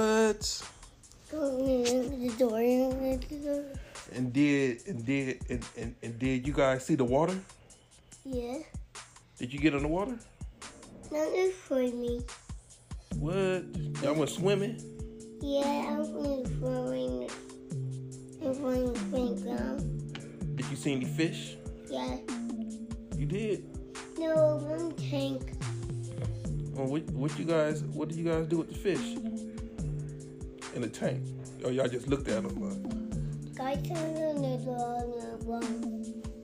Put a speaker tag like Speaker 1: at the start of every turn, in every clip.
Speaker 1: What?
Speaker 2: The door. The door.
Speaker 1: And did and did and, and, and did you guys see the water?
Speaker 2: Yeah.
Speaker 1: Did you get in the water?
Speaker 2: Not good for me.
Speaker 1: What? Y'all went swimming?
Speaker 2: Yeah, I'm going to flowing. I'm going to playground.
Speaker 1: Did you see any fish?
Speaker 2: Yeah.
Speaker 1: You did.
Speaker 2: No, one tank.
Speaker 1: Well, Oh, what, what you guys? What did you guys do with the fish? In the tank? Oh, y'all just looked at them. uh,
Speaker 2: Guys on the door on the wall.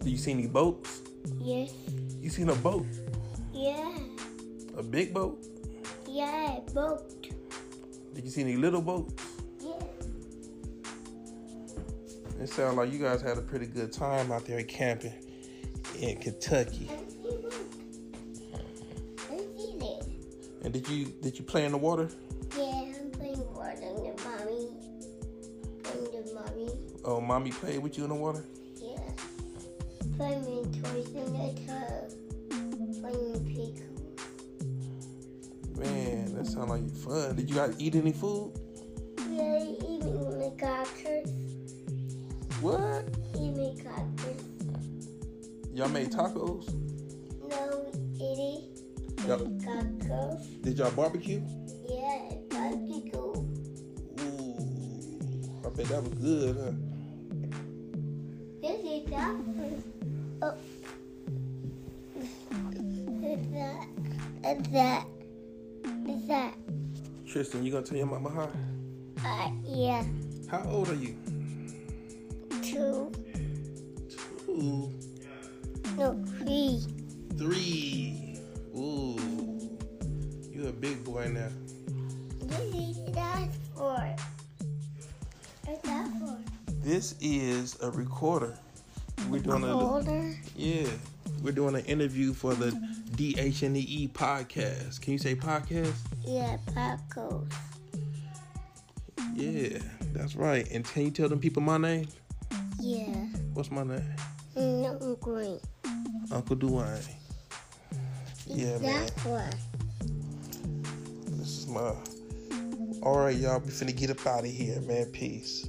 Speaker 1: Do you see any boats?
Speaker 2: Yes.
Speaker 1: You seen a boat?
Speaker 2: Yeah.
Speaker 1: A big boat?
Speaker 2: Yeah, boat.
Speaker 1: Did you see any little boats?
Speaker 2: Yeah.
Speaker 1: It sounds like you guys had a pretty good time out there camping in Kentucky.
Speaker 2: Let's see boat. Let's see there.
Speaker 1: And did you did you play in the water?
Speaker 2: Yeah, I'm playing board on the mommy. On the mommy.
Speaker 1: Oh, mommy played with you in the water.
Speaker 2: Yeah. Playing toys in the tub. Playing pickle.
Speaker 1: Man, that sounds like fun. Did you guys eat any food?
Speaker 2: Really eating the cockers.
Speaker 1: What?
Speaker 2: Eating cockers.
Speaker 1: Y'all made tacos?
Speaker 2: No eating
Speaker 1: Y'all,
Speaker 2: cockers.
Speaker 1: did y'all barbecue?
Speaker 2: Yeah, cockers.
Speaker 1: Ooh, I bet that was good, huh?
Speaker 2: This is that. Oh. Is that? Is that? Is that?
Speaker 1: Tristan, you gonna tell your mama hi?
Speaker 2: Uh, yeah.
Speaker 1: How old are you?
Speaker 2: Two.
Speaker 1: Ooh,
Speaker 2: No, three.
Speaker 1: three. Ooh, you a big boy now.
Speaker 2: This is that for. Is that for?
Speaker 1: This is a recorder. We're doing a
Speaker 2: Older.
Speaker 1: yeah. We're doing an interview for the DHNE E podcast. Can you say podcast?
Speaker 2: Yeah, Paco.
Speaker 1: Yeah, that's right. And can you tell them people my name?
Speaker 2: Yeah.
Speaker 1: What's my name?
Speaker 2: Mm, No green.
Speaker 1: Uncle Duane. Yeah, man.
Speaker 2: that one.
Speaker 1: This is my. All right, y'all. We finna get up out of here, man. Peace.